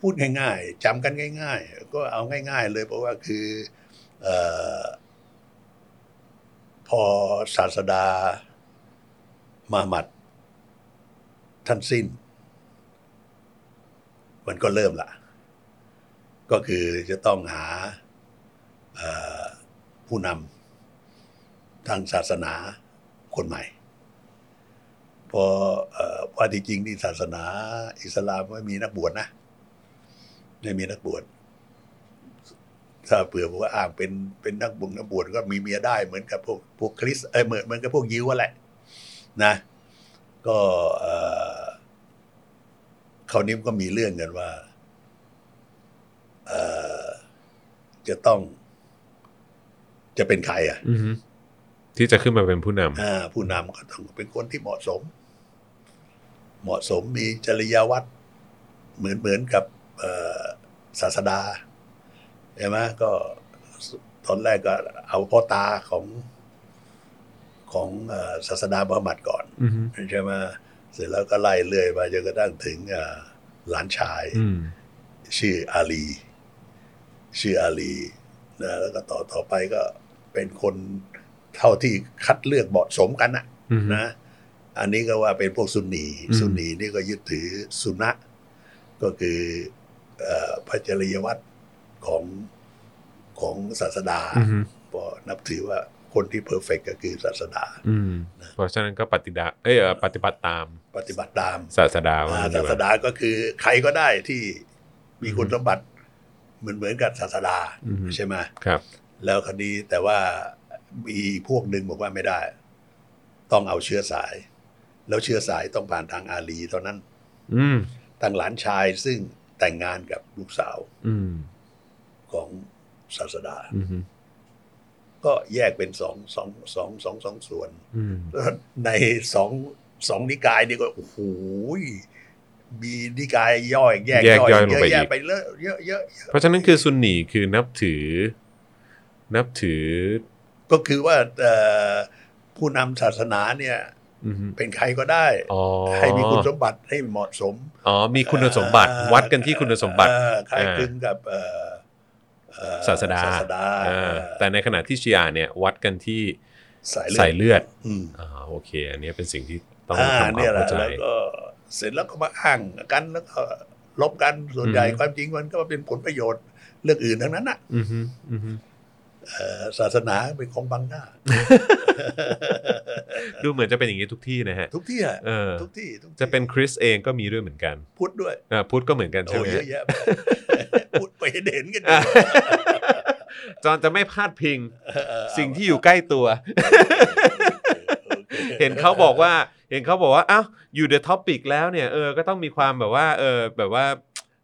Speaker 3: พูดง่ายๆจำกันง่าย ๆ ก็เอาง่าย ๆ เลยเพราะว่าคือเอ่อพอศาสดามาหมัดท่านสิ้น มันก็เริ่มละ ก็คือจะต้องหาเอ่อผู้นำทางศาสนาคนใหม่ พอเอ่อว่าที่จริงนี่ศาสนาอิสลามไม่มีนักบวชนะ ไม่มีนักบวช ถ้าเผื่อว่าอ้างเป็นเป็นนักบุญนักบวชก็มีเมียได้เหมือนกับพวกพวกคริสเอยเหมือนเหมือนกับพวกยิวอะแหละ นะ ก็เอ่อคราวนี้มันก็มีเรื่องกันว่า เอ่อจะต้องจะเป็นใครอ่ะ
Speaker 2: อืมที่จะขึ้นมาเป็นผู้นำ
Speaker 3: อ่าผู้นำก็ต้องเป็นคนที่เหมาะสม เหมาะสมมีจริยวัตรเหมือนเหมือนกับเอ่อศาสดาใช่ไหมก็ตอนแรกก็เอาพ่อตาของของเอ่อศาสดาบามัดก่อน
Speaker 2: อืม
Speaker 3: ใช่ไหมเสร็จแล้วก็ไล่เรื่อยมาจนกระทั่งถึงอ่าหลานชาย
Speaker 2: อืม
Speaker 3: ชื่ออาลี ชื่ออาลีนะแล้วก็ต่อต่อไปก็เป็นคนเท่าที่คัดเลือกเหมาะสมกันนะ
Speaker 2: อืม
Speaker 3: นะ อันนี้ก็ว่าเป็นพวกซุนนี
Speaker 2: อืม
Speaker 3: ซุนนีนี่ก็ยึดถือสุนนะก็คือเอ่อพระจริยวัตรของของศาสดา
Speaker 2: อืม
Speaker 3: พอนับถือว่าค คนที่เพอร์เฟกก็คือศาสดา
Speaker 2: อืมเพราะฉะนั้นก็ปฏิดาเอ้ยเอ่อปฏิบัติตาม
Speaker 3: ปฏิบัติตาม
Speaker 2: ศาสดาว่า
Speaker 3: อ่า
Speaker 2: งั้นดี
Speaker 3: ศาก ส
Speaker 2: ว่า
Speaker 3: ดาก็คือใครก็ได้ที่มีคุณ
Speaker 2: อืม
Speaker 3: สมบัติเหมือนเหมือนกับศาสดา
Speaker 2: อืม
Speaker 3: ใช่ไหม
Speaker 2: ครับ
Speaker 3: แล้วคดีแต่ว่ามีอีกพวกหนึ่งบอกว่าไม่ได้ ต้องเอาเชื้อสาย แล้วเชื้อสายต้องผ่านทางอาลีเท่านั้น
Speaker 2: อืม
Speaker 3: ทางหลานชายซึ่งแต่งงานกับลูกสาว
Speaker 2: อืม
Speaker 3: ของศาสดา
Speaker 2: อืมอืม
Speaker 3: ก็แยกเป็นสองสองสองสองสองส่วน
Speaker 2: อืม
Speaker 3: ในสองสองนิกายนี่ก็โอ้โหยมีนิกายย่อยแยกย่อยเยอะแยะไปเลอะเยอะเยอะ
Speaker 2: เพราะฉะนั้นคือซุนนีคือนับถือ นับถือ
Speaker 3: ก็คือว่าเอ่อผู้นำศาสนาเนี่ย
Speaker 2: อืม
Speaker 3: เป็นใครก็ได้
Speaker 2: อ๋อ
Speaker 3: ให้มีคุณสมบัติให้เหมาะสม
Speaker 2: อ๋อมีคุณสมบัติ
Speaker 3: เอ่อ
Speaker 2: วัดกันที่คุณสมบัติ
Speaker 3: เอ่อคล้าย
Speaker 2: อ่า
Speaker 3: คลึงกับเอ่อเอ่อ
Speaker 2: ศาสดา
Speaker 3: ศาสดา
Speaker 2: เออแต่ในขณะที่ชียาเนี่ย วัดกันที่
Speaker 3: สายเลือ
Speaker 2: สาย
Speaker 3: ด
Speaker 2: เลือด
Speaker 3: อืม
Speaker 2: อ่าโอเค อันเนี้ยเป็นสิ่งที่ต้อง
Speaker 3: อ่า
Speaker 2: ทำความ
Speaker 3: เนี่ยแห
Speaker 2: เข้า
Speaker 3: ละ
Speaker 2: ใจ
Speaker 3: แล้วก็เสร็จแล้วก็มาอ้างกันแล้วก็ลบกันส่วนใหญ่
Speaker 2: อืม
Speaker 3: ความจริงมันก็เป็นผลประโยชน์เรื่องอื่นทั้งนั้นน่ะ
Speaker 2: อืมฮึอืมฮึ
Speaker 3: เอ่อศาสนาเป็นของบังหน้า
Speaker 2: ดูเหมือนจะเป็นอย่างนี้ทุกที่นะฮะ
Speaker 3: ทุกที่อะ
Speaker 2: เออ
Speaker 3: ทุกที่ทุกที่
Speaker 2: จะเป็นคริสเองก็มีด้วยเหมือนกัน
Speaker 3: พุทธด้วย
Speaker 2: อ่าพุทธก็เหมือนกันใช่
Speaker 3: โอ้
Speaker 2: ไหมฮะ
Speaker 3: เยอะแยะ พุทธไปเห็นกันอยู่
Speaker 2: อ่ะ จอนจะไม่พลาดพิง
Speaker 3: เออ
Speaker 2: สิ่งที่อยู่ใกล้ตัว
Speaker 3: โอคโอค
Speaker 2: เห็นเขาบอกว่า เห็นเขาบอกว่า อ้าว อยู่เดอะท็อปิกแล้วเนี่ย เออ ก็ต้องมีความแบบว่า เออ แบบว่า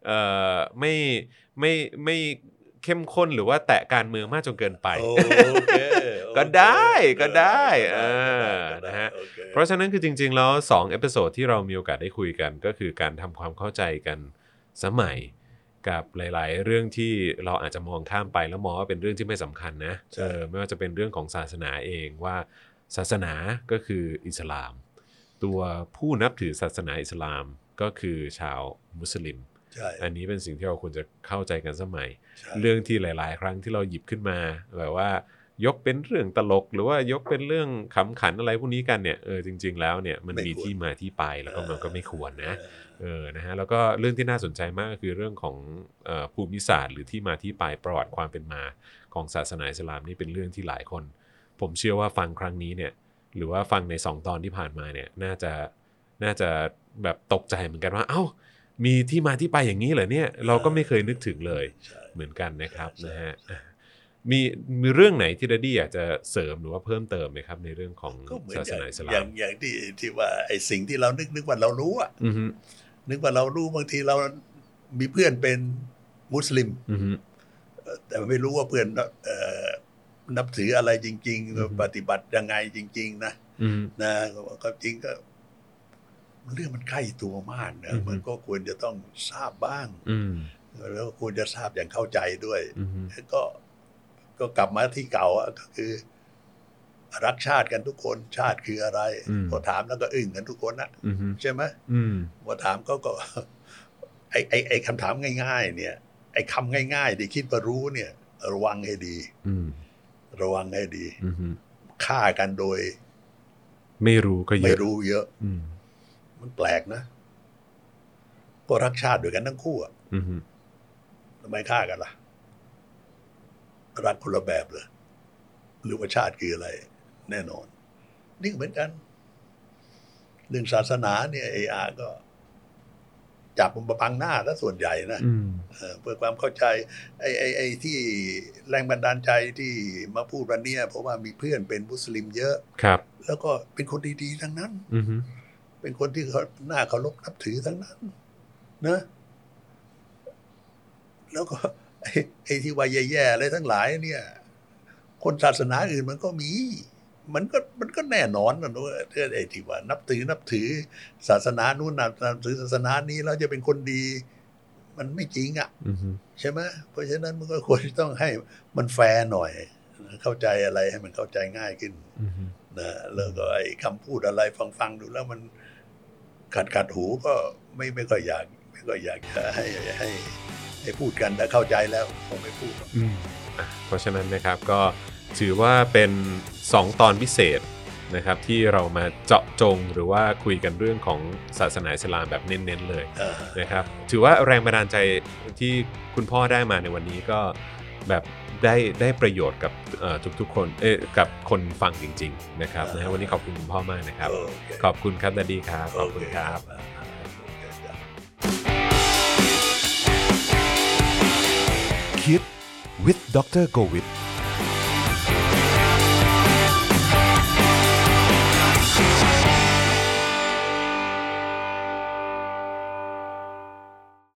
Speaker 2: เออไม่ ไม่ ไม่เข้มข้นหรือว่าแตะการเมืองมากจนเกินไป
Speaker 3: โอเคโอเค
Speaker 2: ก็ได้ก็ได้
Speaker 3: ก็ได้ก็ได้
Speaker 2: อ่านะฮะ
Speaker 3: โอค
Speaker 2: เพราะฉะนั้นคือจริง ๆ แล้ว2เอพิโซดที่เรามีโอกาสได้คุยกัน ก็คือการทำความเข้าใจกันสมัยกับหลาย ๆ เรื่องที่เราอาจจะมองข้ามไปแล้วมองว่าเป็นเรื่องที่ไม่สำคัญนะ
Speaker 3: ใช่
Speaker 2: เออไม่ว่าจะเป็นเรื่องของศาสนาเองว่าศาสนาก็คืออิสลาม ตัวผู้นับถือศาสนาอิสลามก็คือชาวมุสลิม
Speaker 3: ใช่
Speaker 2: อันนี้เป็นสิ่งที่เราควรจะเข้าใจกันสมัย
Speaker 3: ใช่
Speaker 2: เรื่องที่หลาย ๆ ครั้งที่เราหยิบขึ้นมาแบบว่ายกเป็นเรื่องตลก หรือว่ายกเป็นเรื่องขำขันอะไรพวกนี้กันเนี่ยเออจริง ๆ แล้วเนี่ยมัน
Speaker 3: ไม่
Speaker 2: มี
Speaker 3: ควร
Speaker 2: ที่มาที่ไปแล้วก็มันก็ไม่ควรนะ
Speaker 3: เออ
Speaker 2: เออนะฮะแล้วก็เรื่องที่น่าสนใจมากก็คือเรื่องของเอ่อภูมิศาสตร์ หรือที่มาที่ไปประวัติความเป็นมาของศาสนาอิสลามนี่เป็นเรื่องที่หลายคน ผมเชื่อว่าฟังครั้งนี้เนี่ยหรือว่าฟังในสองตอนที่ผ่านมาเนี่ยน่าจะน่าจะแบบตกใจเหมือนกันว่าเอ้ามีที่มาที่ไปอย่างนี้เหรอเนี่ยเราก็ไม่เคยนึกถึงเลย
Speaker 3: ใช่
Speaker 2: เหมือนกันนะครับ
Speaker 3: ใช่
Speaker 2: นะฮะ
Speaker 3: ใช่
Speaker 2: มีมีเรื่องไหนที่ดดดี้อยากจะเสริมหรือว่าเพิ่มเติมไหมครับ ในเรื่องของ
Speaker 3: ก็เหมือน
Speaker 2: ศา
Speaker 3: อ
Speaker 2: ส
Speaker 3: ย่าง
Speaker 2: นาอิส
Speaker 3: อ
Speaker 2: ลา
Speaker 3: ย่าม งอย่างที่ที่ว่าไอ้สิ่งที่เรานึกนึกว่าเรารู้อะ
Speaker 2: อือฮึ
Speaker 3: นึกว่าเรารู้บางทีเรามีเพื่อนเป็นมุสลิม
Speaker 2: อือฮึ
Speaker 3: แต่ไม่รู้ว่าเพื่อนเอ่อนับถืออะไรจริง
Speaker 2: อือฮึ
Speaker 3: ๆ ปฏิบัติยังไงจริง ๆ นะ
Speaker 2: อือฮึ
Speaker 3: นะก็จริงก็ เรื่องมันใกล้ตัวมากนะ
Speaker 2: อือฮึ
Speaker 3: มันก็ควรจะต้องทราบบ้าง
Speaker 2: อืม
Speaker 3: แล้วก็ควรจะทราบอย่างเข้าใจด้วย
Speaker 2: อือฮึ
Speaker 3: ก็ก็กลับมาที่เก่าอะก็คือ รักชาติกันทุกคนชาติคืออะไรพอถามแล้วก็อึ้งกันทุกคนนะ
Speaker 2: อือฮึ
Speaker 3: ใช่ไหม
Speaker 2: อืม
Speaker 3: พอถามก็ก็ ไอไอไอคำถามง่าย ๆ เนี่ย ไอคำง่ายๆที่คิดว่ารู้เนี่ย ระวังให้ดี
Speaker 2: อืม
Speaker 3: ระวังให้ดี
Speaker 2: อือฮึ
Speaker 3: ฆ่ากันโดย
Speaker 2: ไม่รู้ก็เย
Speaker 3: ไม่
Speaker 2: อะ
Speaker 3: รู้เยอะ
Speaker 2: อืม
Speaker 3: มันแปลกนะก็รักชาติด้วยกันทั้งคู่อะ
Speaker 2: อือฮึ
Speaker 3: ทำไมฆ่ากันล่ะ รักคนละแบบเลยหรือว่าชาติคืออะไร แน่นอน นี่ก็เหมือนกันเรื่องศาสนาเนี่ยเออาก็ จับมันประปังหน้าซะส่วนใหญ่นะ
Speaker 2: อืม
Speaker 3: เออเพื่อความเข้าใจ ไอ้ไอ้ไอ้ที่แรงบันดาลใจที่มาพูดวันเนี้ยเพราะว่ามีเพื่อนเป็นมุสลิมเยอะ
Speaker 2: ครับ
Speaker 3: แล้วก็เป็นคนดีๆทั้งนั้น
Speaker 2: อือฮึ
Speaker 3: เป็นคนที่เขาหน้าเคารพนับถือทั้งนั้นนะแล้วก็ไอ้ไอ้ที่ว่าแย่ๆอะไรทั้งหลาย เนี่ย คนศาสนาอื่นมันก็มี มันก็มันก็แน่นอนนะเนอะเรื่องไอ้ที่ว่านับถือนับถือ ศาสนานู้นนับนับถือศาสนานี้แล้วจะเป็นคนดี มันไม่จริงอ่ะ
Speaker 2: อือฮึ
Speaker 3: ใช่ไหมเพราะฉะนั้นมันก็ควรจะต้องให้มันแฟร์หน่อย เข้าใจอะไรให้มันเข้าใจง่ายขึ้น
Speaker 2: อือฮึ
Speaker 3: นะแล้วก็ไอ้คำพูดอะไรฟังฟังๆดูแล้วมันขัดขัดหูก็ไม่ไม่ค่อยอยาก ไม่ค่อยอยากจะให้ให้ให้พูดกันแต่เข้าใจแล้วคงไม่พูดหรอก
Speaker 2: อืมอ่ะเพราะฉะนั้นนะครับก็ถือว่าเป็น 2 ตอนพิเศษนะครับ ที่เรามาเจาะจงหรือว่าคุยกันเรื่องของศาสนาอิสลามแบบเน้นๆเลย
Speaker 3: อ่า
Speaker 2: นะครับถือว่าแรงบันดาลใจที่คุณพ่อได้มาในวันนี้ก็ แบบได้ได้ประโยชน์กับเอ่อทุกๆคนเอ้ยกับคนฟังจริง ๆ นะครับนะฮะวันนี้ขอบคุณคุณพ่อมากนะครับ
Speaker 3: โอเค
Speaker 2: ขอบคุณครับดาดีครับขอบคุณครับ
Speaker 3: โอเครับ
Speaker 2: คิด with Dr. g o w i t